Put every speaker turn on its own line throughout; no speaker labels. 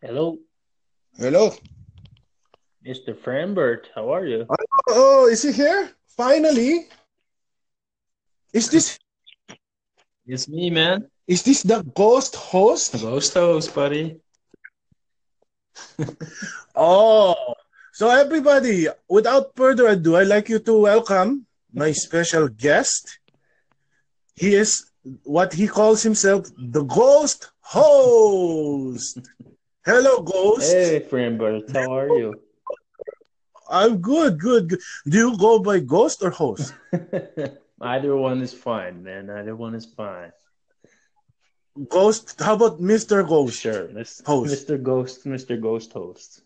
Hello,
Hello.
Mr. Frambert. How are you?
Oh, is he here? Finally. Is this
It's me, man.
is this the ghost host?
Ghost host, buddy.
Oh. So everybody, without further ado, I'd like you to welcome my special guest. He is what he calls himself the ghost host. Hello, ghost.
Hey, Frambert. How are you?
I'm good, good, good. Do you go by ghost or host?
Either one is fine, man. Either one is fine.
Ghost, how about Mr. Ghost?
Oh, Sure. Let's,
Host.
Mr. Ghost, Mr. Ghost host.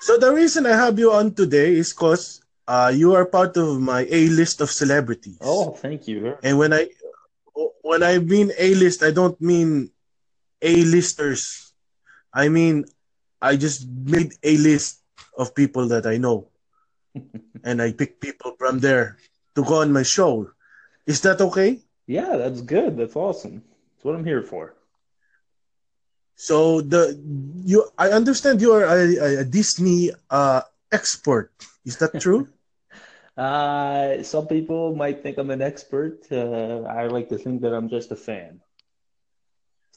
So the reason I have you on today is because uh, you are part of my A list of celebrities.
Oh, thank you.
And when I when I mean A list, I don't mean A listers. I mean I just made a list of people that I know, and I pick people from there to go on my show. Is that okay?
Yeah, that's good. That's awesome. That's what I'm here for.
So the you I understand you are a, a Disney uh, expert. Is that true?
Uh, some people might think I'm an expert. Uh, I like to think that I'm just a fan.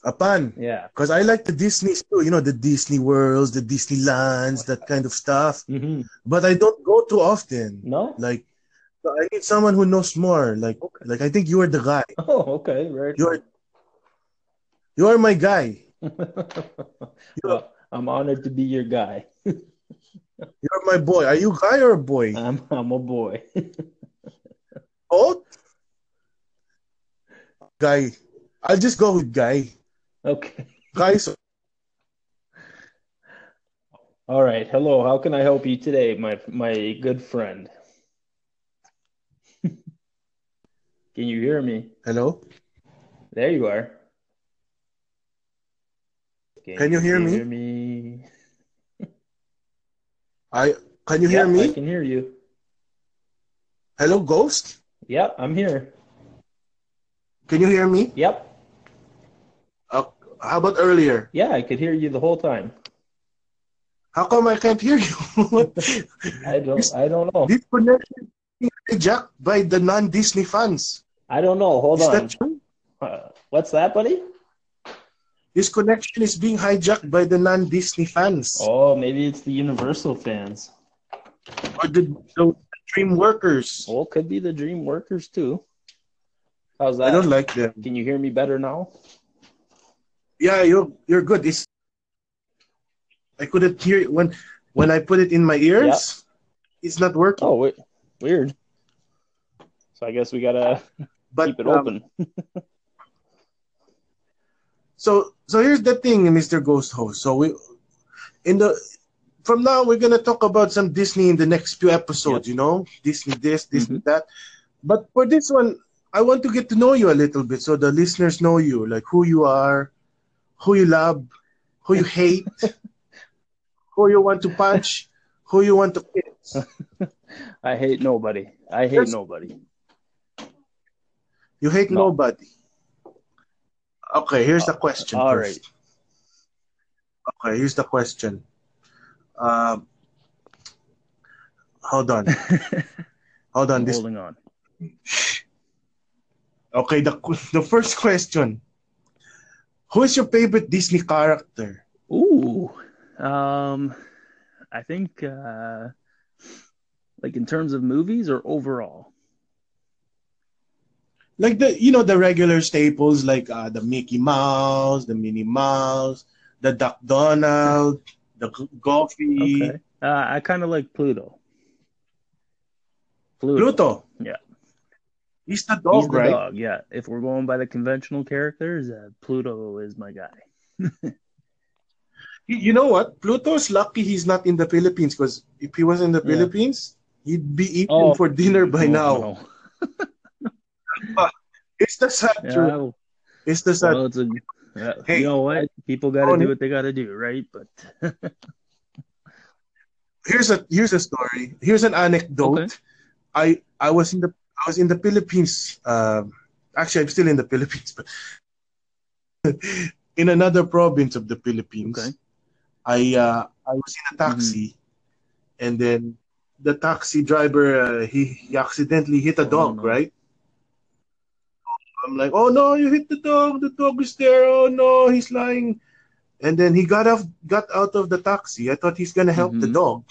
a pan.
Yeah.
Because I like the Disney's too, you know, the Disney worlds, the Disneylands, that kind of stuff.
Mm-hmm.
But I don't go too often.
No?
Like, so I need someone who knows more. Like,
Okay.
like I think you are the guy.
Oh, okay. Right.
You are, you are my guy.
well, I'm honored to be your guy.
You are my boy. Are you guy or boy?
I'm I'm a boy.
Oh, guy. I'll just go with guy.
okay.
Guys,
All right. Hello. How can I help you today, my my good friend? Can you hear me?
hello.
There you are.
Can you hear me?
Hear me?
I can you hear
Yeah, I
me?
can hear you.
Hello, ghost.
Yep, I'm here.
Can you hear me?
Yep.
Uh, how about earlier?
Yeah, I could hear you the whole time.
How come I can't hear you?
I don't I don't know.
This connection is hijacked by the non-Disney fans.
I don't know. Hold
is
on.
that true?
Uh, what's that, buddy?
This connection is being hijacked by the non-Disney fans
Oh, maybe it's the Universal fans.
or the, the dream workers.
Well, could be the Dream Workers too. How's that?
I don't like them.
Can you hear me better now?
Yeah, you're you're good. It's I couldn't hear it when when I put it in my ears. It's not working.
Oh, wait. weird. So I guess we gotta
but
keep it
um,
open.
So so here's the thing, Mr. Ghost Host. So we in the from now we're gonna talk about some Disney in the next few episodes, you know? Disney this, Disney that. But for this one, I want to get to know you a little bit so the listeners know you, like who you are, who you love, who you hate, who you want to punch, who you want to kiss.
I hate nobody. I hate
Yes.
nobody.
You hate
No. Uh,
nobody. Okay, here's the question.
all
first. Okay, here's the question. Um, hold on. hold on.
I'm
This
holding on.
okay. The the first question. Who is your favorite Disney character?
Ooh. Um I think uh like in terms of movies or overall?
Like the you know the regular staples like uh, the Mickey Mouse, the Minnie Mouse, the Duck Donald, the G- Goofy,
Okay. Uh, I kind of like Pluto. Pluto.
Pluto.
Yeah.
He's the
He's
dog,
the
right?
dog. Yeah. If we're going by the conventional characters, uh, Pluto is my guy.
You- You know what? Pluto's lucky he's not in the Philippines because if he was in the
Yeah.
Philippines, he'd be eating
Oh.
for dinner by
Oh,
now.
no.
It's the sad
Yeah,
truth.
I-
It's the sad.
Well, it's a, uh,
Hey, oh,
you know what? People got to
Tony.
do what they got to do, right? But
Here's a here's a story. Here's an anecdote. I I was in the I was in the uh, Philippines. Um, actually, I'm still in the Philippines, but in another province of the Philippines.
Okay. Mm-hmm.
I uh, I was in a taxi, and then the taxi driver uh, he, he accidentally hit a
Oh,
dog.
no.
Right. I'm like, oh no, you hit the dog. The dog is there. Oh no, he's lying. And then he got off, got out of the taxi. I thought he's gonna help the
Mhm.
dog.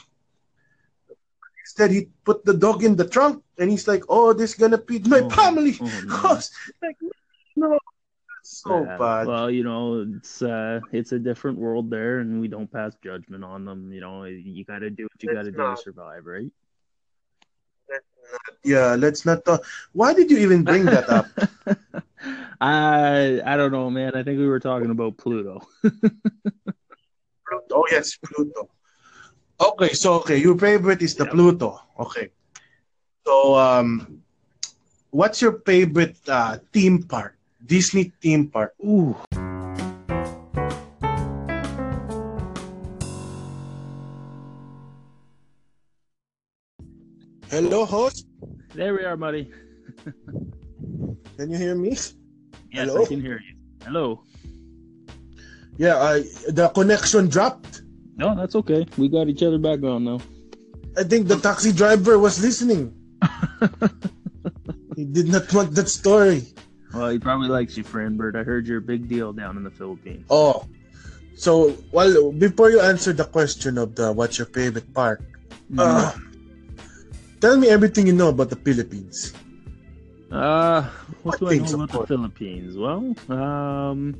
Instead, he put the dog in the trunk, and he's like, "Oh, this gonna feed my
Oh,
family."
Oh,
I
no.
was like, no, that's so
Yeah.
bad.
Well, you know, it's uh, it's a different world there, and we don't pass judgment on them. You know, you got to do what you
It's
got to do to
not.
survive, right?
Yeah, let's not talk. Why did you even bring that up?
I I don't know, man. I think we were talking about Pluto.
Pluto. Oh yes, Pluto. Okay, so okay, your favorite is the
Yeah.
Pluto. Okay. So um what's your favorite uh theme park? Disney theme park.
Ooh.
Hello host,
There we are, buddy.
can you hear me?
Yes,
Hello?
I can hear you. Hello.
Yeah, I the connection dropped.
No, that's okay. We got each other back on now.
I think the taxi driver was listening. he did not want that story.
Well, he probably likes you, friend Bert. I heard you're a big deal down in the Philippines.
Oh. So, well, before you answer the question of the what's your favorite park,
Mm.
Uh, tell me everything you know about the Philippines.
Uh, what do I
Things,
know
of
about the
course.
Philippines? Well, um,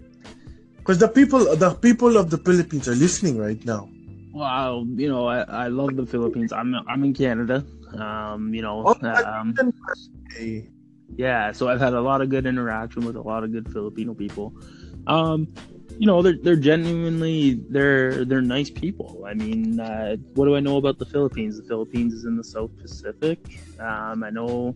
Because the people, the people of the Philippines are listening right now.
well, you know, I, I love the Philippines. I'm I'm in Canada. Um, you know,
Oh, that's
um,
even Hey,
yeah. So I've had a lot of good interaction with a lot of good Filipino people. Um, you know, they're they're genuinely they're they're nice people. I mean, uh, what do I know about the Philippines? The Philippines is in the South Pacific. Um, I know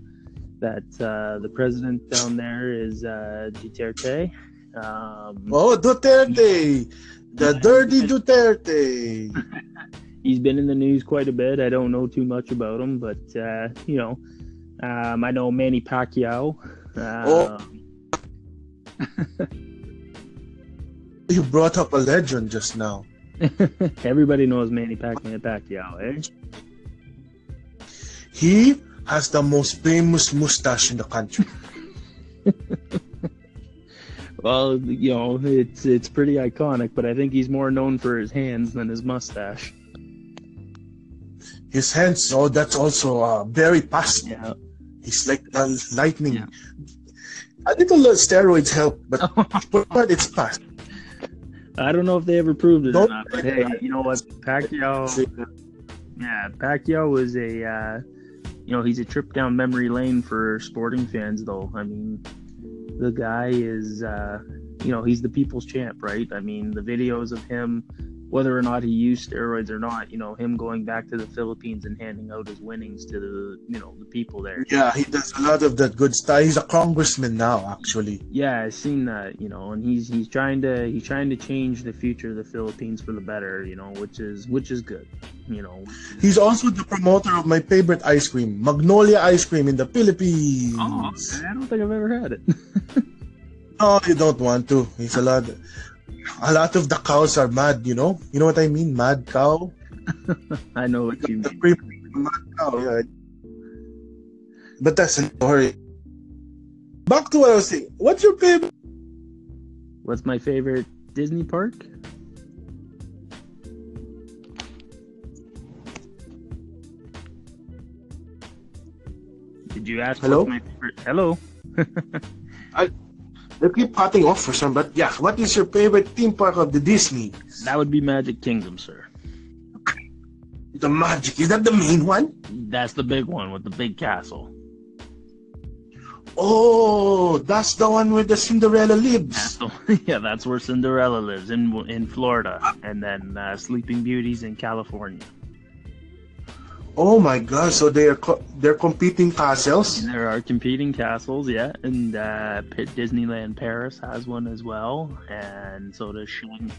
that uh, the president down there is uh, Duterte. Um,
Oh, Duterte, the dirty Duterte.
he's been in the news quite a bit. I don't know too much about him, but uh, you know, um, I know Manny Pacquiao. Um,
Oh. You brought up a legend just now.
everybody knows Manny Pac- Man Pacquiao, eh?
He has the most famous mustache in the country.
Well, you know, it's it's pretty iconic, but I think he's more known for his hands than his mustache.
His hands, oh, that's also uh, very fast.
Yeah.
He's like uh, lightning.
Yeah.
I think a little uh, steroids help, but but it's fast.
I don't know if they ever proved it or
Don't-
not, but hey, you know what? Pacquiao, yeah, Pacquiao was a, uh, you know, he's a trip down memory lane for sporting fans, though. I mean, the guy is, uh, you know, he's the people's champ, right? I mean, the videos of him, whether or not he used steroids or not, you know, him going back to the Philippines and handing out his winnings to the, you know, the people there.
Yeah, he does a lot of that good stuff. He's a congressman now, actually.
Yeah, I've seen that, you know, and he's he's trying to he's trying to change the future of the Philippines for the better, you know, which is which is good, you know.
He's also the promoter of my favorite ice cream, Magnolia ice cream in the Philippines.
Oh, okay. I don't think I've ever had it.
No, you don't want to. He's a lot. A lot of the cows are mad, you know. You know what I mean? Mad cow.
I know what you
The
mean.
cream, mad cow. Yeah. But that's a story. Back to what I was saying. What's your favorite?
What's my favorite Disney park? Did you ask
Hello?
what's my favorite? Hello.
They keep cutting off for some, but yeah. What is your favorite theme park of the Disney?
That would be Magic Kingdom, sir.
The Magic. Is that the main one?
That's the big one with the big castle.
Oh, that's the one where the Cinderella lives.
That's the yeah, that's where Cinderella lives in in Florida, and then uh, Sleeping Beauty's in California.
Oh my God! So they are co- they're competing castles.
There are competing castles, yeah, and uh, Pit Disneyland Paris has one as well, and so does Shin.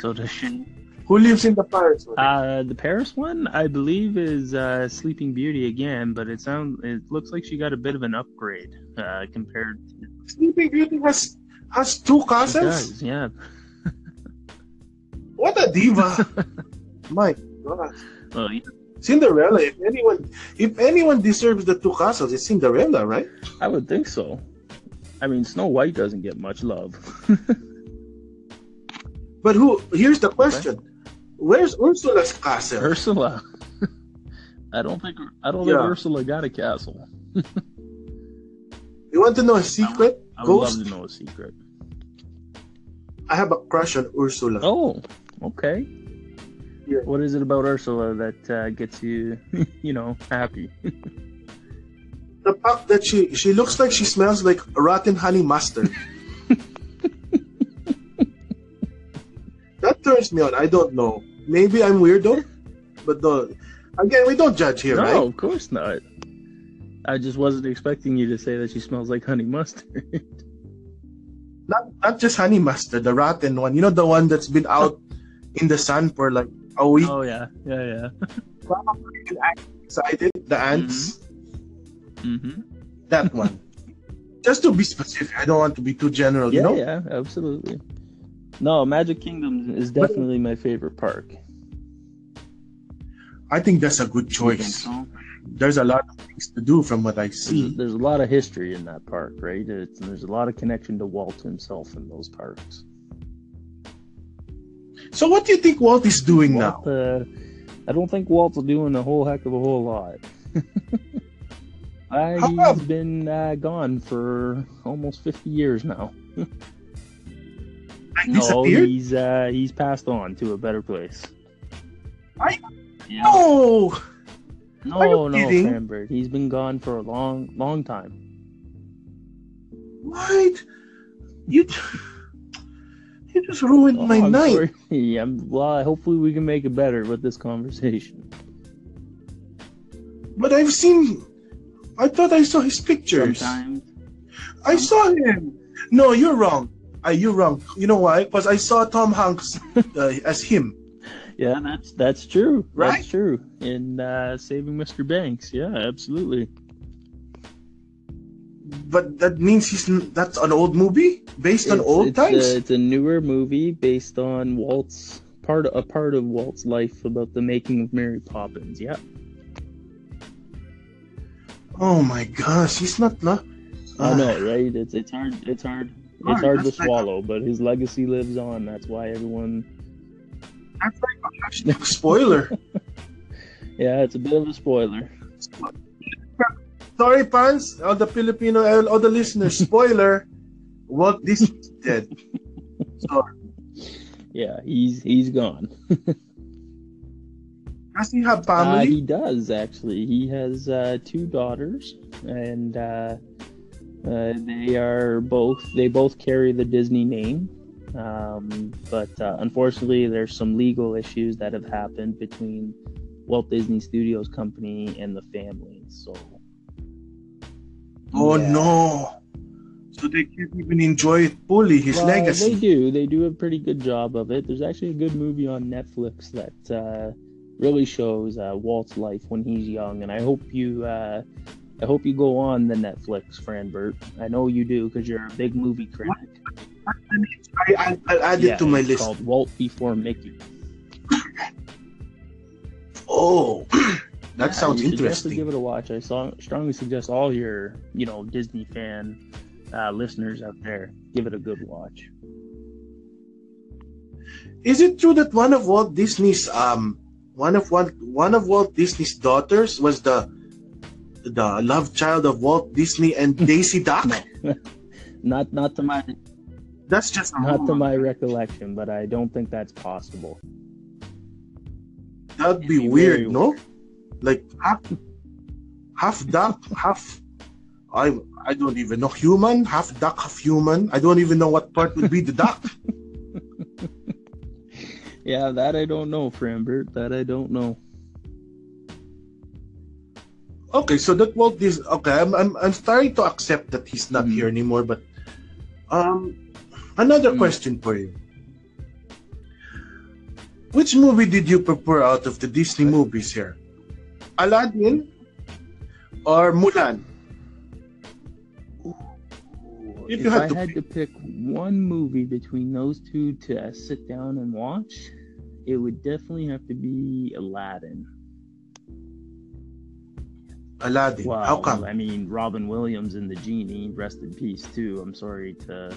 So does Shin.
Who lives in the Paris? one?
Uh, the Paris one, I believe, is uh, Sleeping Beauty again, but it sounds it looks like she got a bit of an upgrade uh, compared.
Sleeping Beauty has Has two
He
cousins?
does, yeah.
What a diva! My God,
Well, yeah.
Cinderella. If anyone, if anyone deserves the two castles, it's Cinderella, right?
I would think so. I mean, Snow White doesn't get much love.
But who? Here's the question: Where's Ursula's castle?
Ursula. I don't think I don't
Yeah.
think Ursula got a castle.
you want to know a secret?
I would
Ghost.
love to know a secret.
I have a crush on Ursula.
Oh, okay.
Yeah.
What is it about Ursula that uh, gets you, you know, happy?
The fact that she she looks like she smells like rotten honey mustard. that turns me on. I don't know. Maybe I'm weirdo, but no. Again, we don't judge here,
no,
right?
of course not. I just wasn't expecting you to say that she smells like honey mustard.
Not not just honey mustard, the rotten one. You know the one that's been out in the sun for like a week.
oh yeah, yeah, yeah.
Excited, the ants.
Mm-hmm.
That one. just to be specific, I don't want to be too general.
Yeah,
you know.
yeah, absolutely. No, Magic Kingdom is
But-
definitely my favorite park.
I think that's a good choice. There's a lot of things to do from what I see.
There's, there's a lot of history in that park, right? It's, there's a lot of connection to Walt himself in those parks.
So what do you think Walt is doing now?
Walt, uh, I don't think Walt's doing a whole heck of a whole lot. uh,
How
he's
come?
been uh, gone for almost 50 years now.
I
No,
disappeared?
he's uh, he's passed on to a better place.
I-
yeah.
No!
no,
are you
no,
kidding?
Framberg. He's been gone for a long, long time.
What? You You just ruined my
Oh, I'm
night.
sorry. I'm- well, hopefully we can make it better with this conversation.
But I've seen I thought I saw his pictures. I saw him. No, you're wrong. Uh, you're wrong. You know why? Because I saw Tom Hanks uh, as him.
Yeah, that's that's true.
Right?
That's true. In uh, Saving Mr. Banks, yeah, absolutely.
But that means he's n- that's an old movie based on old
it's uh,
times.
A, it's a newer movie based on Walt's part a part of Walt's life about the making of Mary Poppins. Yeah,
Oh my gosh, he's not. La-
I know, right? It's it's hard. It's hard. It's hard to swallow, but his legacy lives on. That's why everyone.
That's like a hashtag Ah, spoiler.
Yeah, it's a bit of a spoiler.
Sorry, fans, all the Filipino, all the listeners. Spoiler: Walt Disney is dead. Sorry.
Yeah, he's he's gone.
Does he have
Uh,
family?
he does actually. He has uh, two daughters, and uh, uh, they are both they both carry the Disney name. Um, but uh, unfortunately, there's some legal issues that have happened between Walt Disney Studios company and the family. So,
oh
Yeah.
no! So they can't even enjoy it fully. His
Well,
legacy.
They do. They do a pretty good job of it. There's actually a good movie on Netflix that uh, really shows uh, Walt's life when he's young, and I hope you. Uh, I hope you go on the Netflix, Franbert. I know you do because you're a big movie critic.
I, I, I'll add
Yeah,
it to my
it's
list.
Called Walt Before Mickey.
Oh, that
Yeah,
sounds
you should Definitely
interesting.
give it a watch. I saw, strongly suggest all your, you know, Disney fan uh, listeners out there give it a good watch.
Is it true that one of Walt Disney's um one of one one of Walt Disney's daughters was the the love child of Walt Disney and Daisy Duck?
Not, not to my,
That's just a
not to
rumor.
my recollection, but I don't think that's possible.
That'd be
It'd be
weird,
very
no? Like half, half duck, half. I I don't even know human, half duck, half human. I don't even know what part would be the duck.
Yeah, that I don't know, Frambert. That I don't know.
Okay, so that Walt Disney. Okay, I'm, I'm I'm starting to accept that he's not
Mhm.
here anymore. But um, another
Mm.
question for you. Which movie did you prefer out of the Disney movies here? Aladdin or Mulan?
Ooh,
If
if
you had
I
to
had to pick one movie between those two to sit down and watch, it would definitely have to be Aladdin.
Aladdin.
Well,
How come?
I mean, Robin Williams and the genie, rest in peace too. I'm sorry to.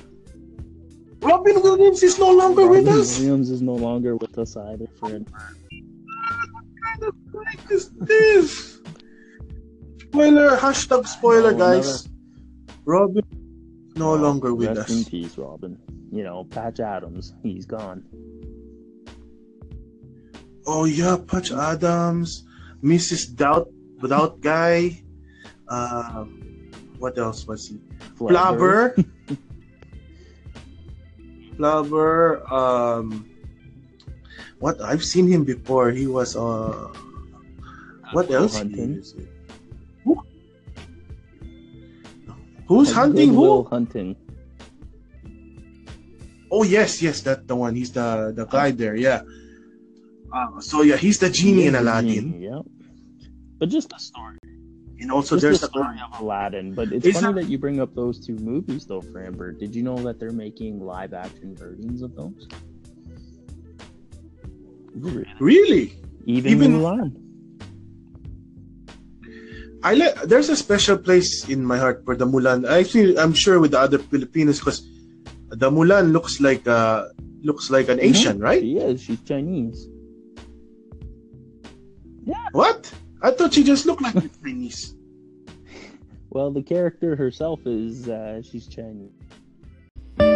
Robin Williams is no longer
Robin
with us. What
Williams is no longer with us either, friend.
kind of prank is this? spoiler, hashtag spoiler,
No,
guys. Robin no longer with
rest
us.
in peace, Robin. You know, Patch Adams, he's gone.
Oh yeah, Patch Adams, Mrs. Doubt, Doubt guy. Um, what else was he? Flubber. Flubber. Um, what I've seen him before. He was uh, what else? he
Hunting.
is? Who- Who's
And
hunting
Good Will
who?
Hunting.
Oh yes, yes, that's the one. He's the the guy there. Yeah. Uh, so yeah, he's the genie in
Yes,
Aladdin,
Genie, Yep. But just the story.
and also
just
there's
the
a
story of Aladdin. But it's
It's
funny that you bring up those two movies, though, Framber. Did you know that they're making live action versions of those?
really.
Even,
Even-
Mulan.
I like there's a special place in my heart for the Mulan. I feel I'm sure with the other Filipinos because the Mulan looks like uh looks like an Asian, right?
She is. She's Chinese.
What? I thought she just looked like a Chinese.
Well, the character herself is uh, she's Chinese. Uh,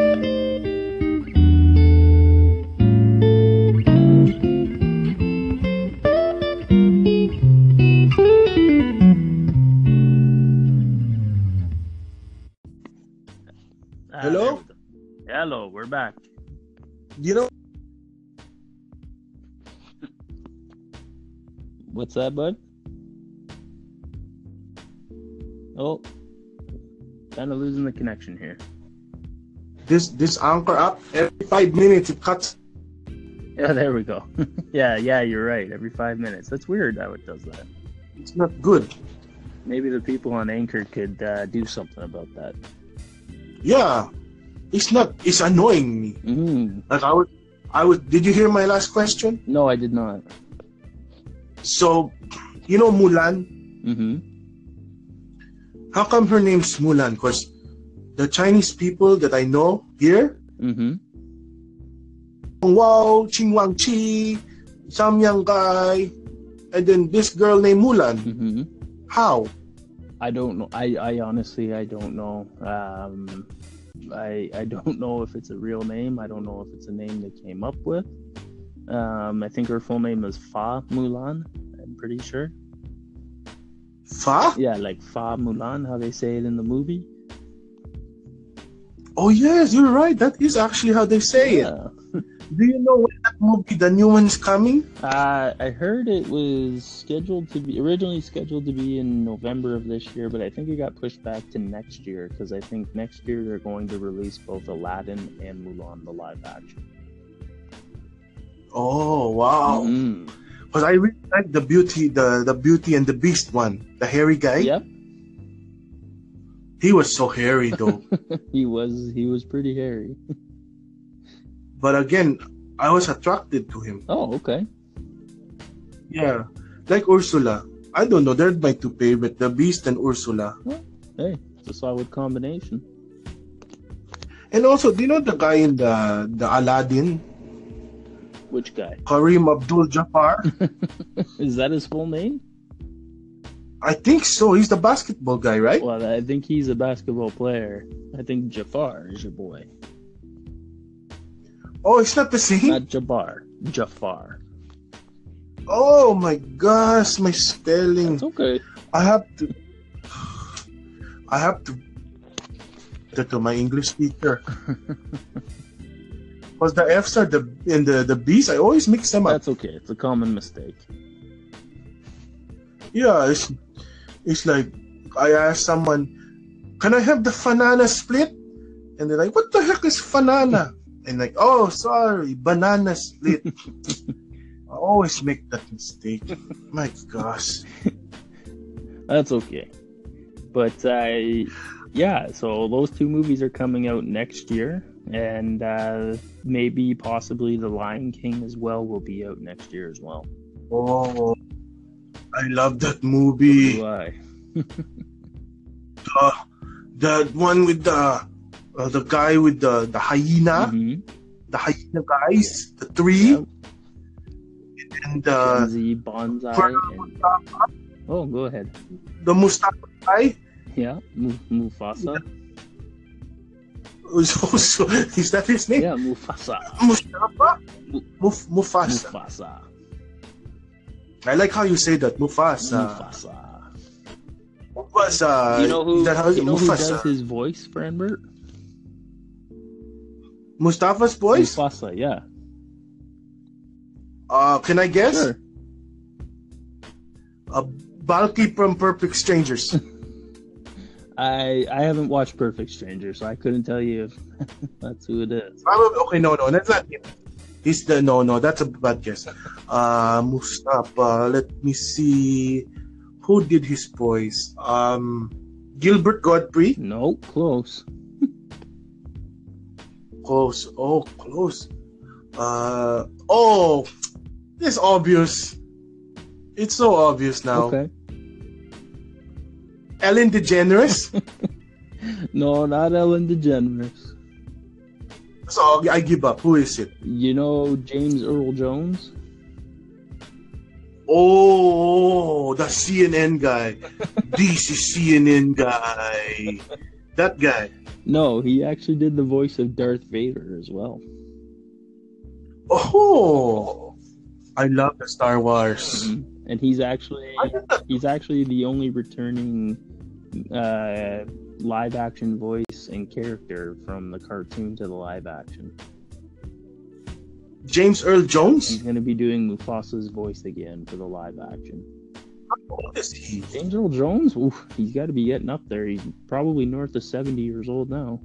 Ah,
Hello?
there we go. Hello, we're back.
You know,
What's that, bud? Oh, kind of losing the connection here.
this this anchor app every five minutes it cuts.
Yeah, there we go. yeah, yeah, you're right. Every five minutes. That's weird how it does that.
It's not good.
Maybe the people on Anchor could uh, do something about that.
Yeah, it's not. It's annoying me.
Mm.
Like I would, I would. Did you hear my last question?
No, I did not.
So, you know Mulan.
Mm-hmm.
How come her name's Mulan? Because the Chinese people that I know here
Mm-hmm.
Wow, Ching Wang Chi, Sam Yang Kai, and then this girl named Mulan.
Mm-hmm.
How?
I don't know. I, I honestly, I don't know. Um, I I don't know if it's a real name. I don't know if it's a name they came up with. Um, I think her full name is Fa Mulan. I'm pretty sure.
Fa?
Yeah, like Fa Mulan, how they say it in the movie.
Oh yes, you're right. That is actually how they say it.
Uh,
Do you know when that movie, the new one's coming?
Uh, I heard it was scheduled to be originally scheduled to be in November of this year, but I think it got pushed back to next year because I think next year they're going to release both Aladdin and Mulan, the live action.
Oh wow!
Mm.
Because I really like the beauty, the the Beauty and the Beast one, the hairy guy.
Yep,
He was so hairy though.
he was he was pretty hairy.
but again, I was attracted to him.
Oh, okay.
Yeah, like Ursula. I don't know. They're my two favorite, the Beast and Ursula.
Hey, it's a solid combination.
And also, do you know the guy in the the Aladdin,
Which guy
Kareem Abdul-Jabbar?
is that? His full name?
I think so. He's the basketball guy, right?
Well, I think he's a basketball player. I think Jafar is your boy,
Oh, it's not the same.
not Jabbar. Jafar.
Oh my gosh, my spelling.
It's okay.
I have to. I have to. To, to my English teacher. Because the F's are the and the the B's. I always mix them up.
That's okay. It's a common mistake.
Yeah, it's it's like I asked someone, "Can I have the banana split?" And they're like, "What the heck is banana?" And like, "Oh, sorry, banana split." I always make that mistake. My gosh.
That's okay. But I uh, yeah, so those two movies are coming out next year, and uh, maybe possibly The Lion King as well will be out next year as well.
Oh, I love that
So
movie.
do I.
The, the one with the uh, the guy with the the hyena,
Mhm.
the hyena guys, the three,
Yep.
and uh,
Shinzi, Bonsai, and... Oh, go ahead.
the Mustafa guy.
Yeah, Mu- Mufasa.
Is also is that his name?
Yeah, Mufasa.
Mustafa, Muf- Mufasa.
Mufasa.
I like how you say that, Mufasa.
Mufasa.
Mufasa.
you know who,
Is that how
you know who
Mufasa?
does his voice for Enbert?
Mustafa's voice?
Mufasa, yeah.
Uh, can I guess?
Sure.
A bulky from Perfect Strangers.
I I haven't watched Perfect Stranger, so I couldn't tell you if that's who it is.
Probably. Okay, no, no, that's not him. He's the no, no. That's a bad guess. Uh, Mustafa. Let me see. Who did his voice? Um, Gilbert Godfrey.
No, close.
Close. Oh, close. Uh, oh, it's obvious. It's so obvious now.
Okay.
Ellen DeGeneres.
No, not Ellen DeGeneres.
so I give up. Who is it?
You know James Earl Jones?
Oh, the CNN guy. this is CNN guy. That guy.
No, he actually did the voice of Darth Vader as well.
Oh, I love the Star Wars.
Mm-hmm. And he's actually
I did that.
he's actually the only returning uh, live action voice and character from the cartoon to the live action.
James Earl
He's
Jones.
going to be doing Mufasa's voice again for the live action.
What is he?
James Earl Jones, oof, he's got to be getting up there. He's probably north of 70 years old now.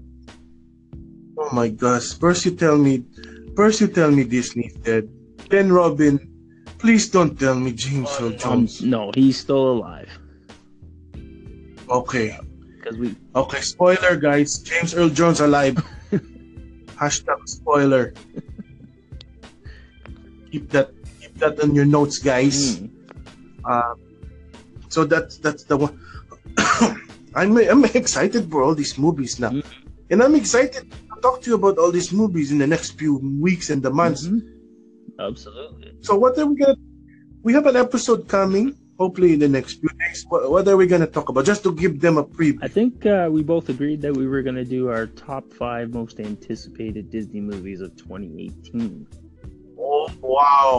Oh my gosh! First you tell me, first you tell me Disney's dead. Then Robin, please don't tell me James Earl
Um,
Jones.
no, he's still alive.
Okay,
Because we,
okay. Spoiler, guys. James Earl Jones alive. Hashtag spoiler. Keep that, keep that on your notes, guys.
Mm.
Um, so that's that's the one. I'm I'm excited for all these movies now,
Mhm.
and I'm excited to talk to you about all these movies in the next few weeks and the months.
Mhm. absolutely.
So what are we gonna? We have an episode coming, hopefully in the next few days. What, what are we gonna talk about? Just to give them a preview.
I think uh, we both agreed that we were going to do our top five most anticipated Disney movies of 2018.
Oh wow!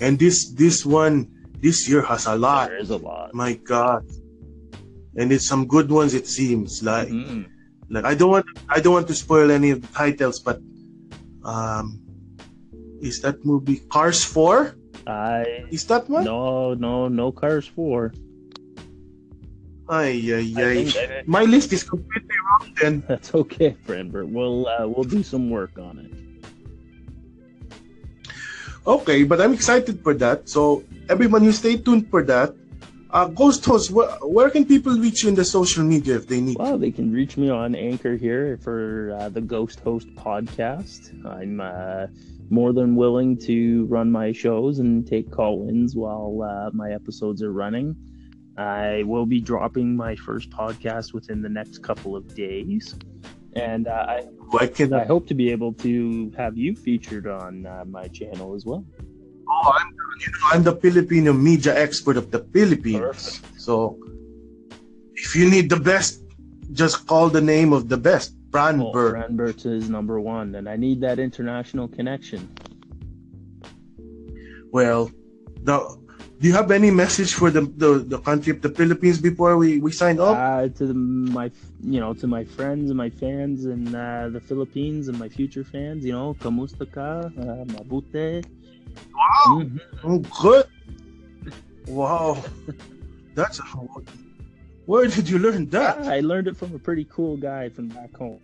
And this this one this year has a lot.
There is a lot.
My God! And it's some good ones. It seems like.
Mm.
like I don't want I don't want to spoil any of the titles, but um, is that movie Cars Four?
I
Is that one?
no no no Cars four.
Ay, ay,
I
ay.
think that-
My list is completely wrong. Then
that's okay, Branbert. We'll uh, we'll do some work on it.
okay, but I'm excited for that. So everyone, you stay tuned for that. Uh, Ghost Host, wh- where can people reach you in the social media if they need?
Well, they can reach me on Anchor here for uh, the Ghost Host podcast. I'm uh, more than willing to run my shows and take call ins while uh, my episodes are running. I will be dropping my first podcast within the next couple of days. And uh, I,
I can.
I hope to be able to have you featured on uh, my channel as well.
Oh, I'm, you know, I'm the Filipino media expert of the Philippines. So if you need the best, just call the name of the best,
Well,
Branberg.
Branbert is number one, and I need that international connection.
Well, the, do you have any message for the, the, the country of the Philippines before we, we sign off?
uh, to the, my you know to my friends and my fans in uh, the Philippines and my future fans. You know, kamusta ka, uh, mabute.
wow,
Mhm.
oh, good. Wow, that's a, where did you learn that?
I learned it from a pretty cool guy from back home.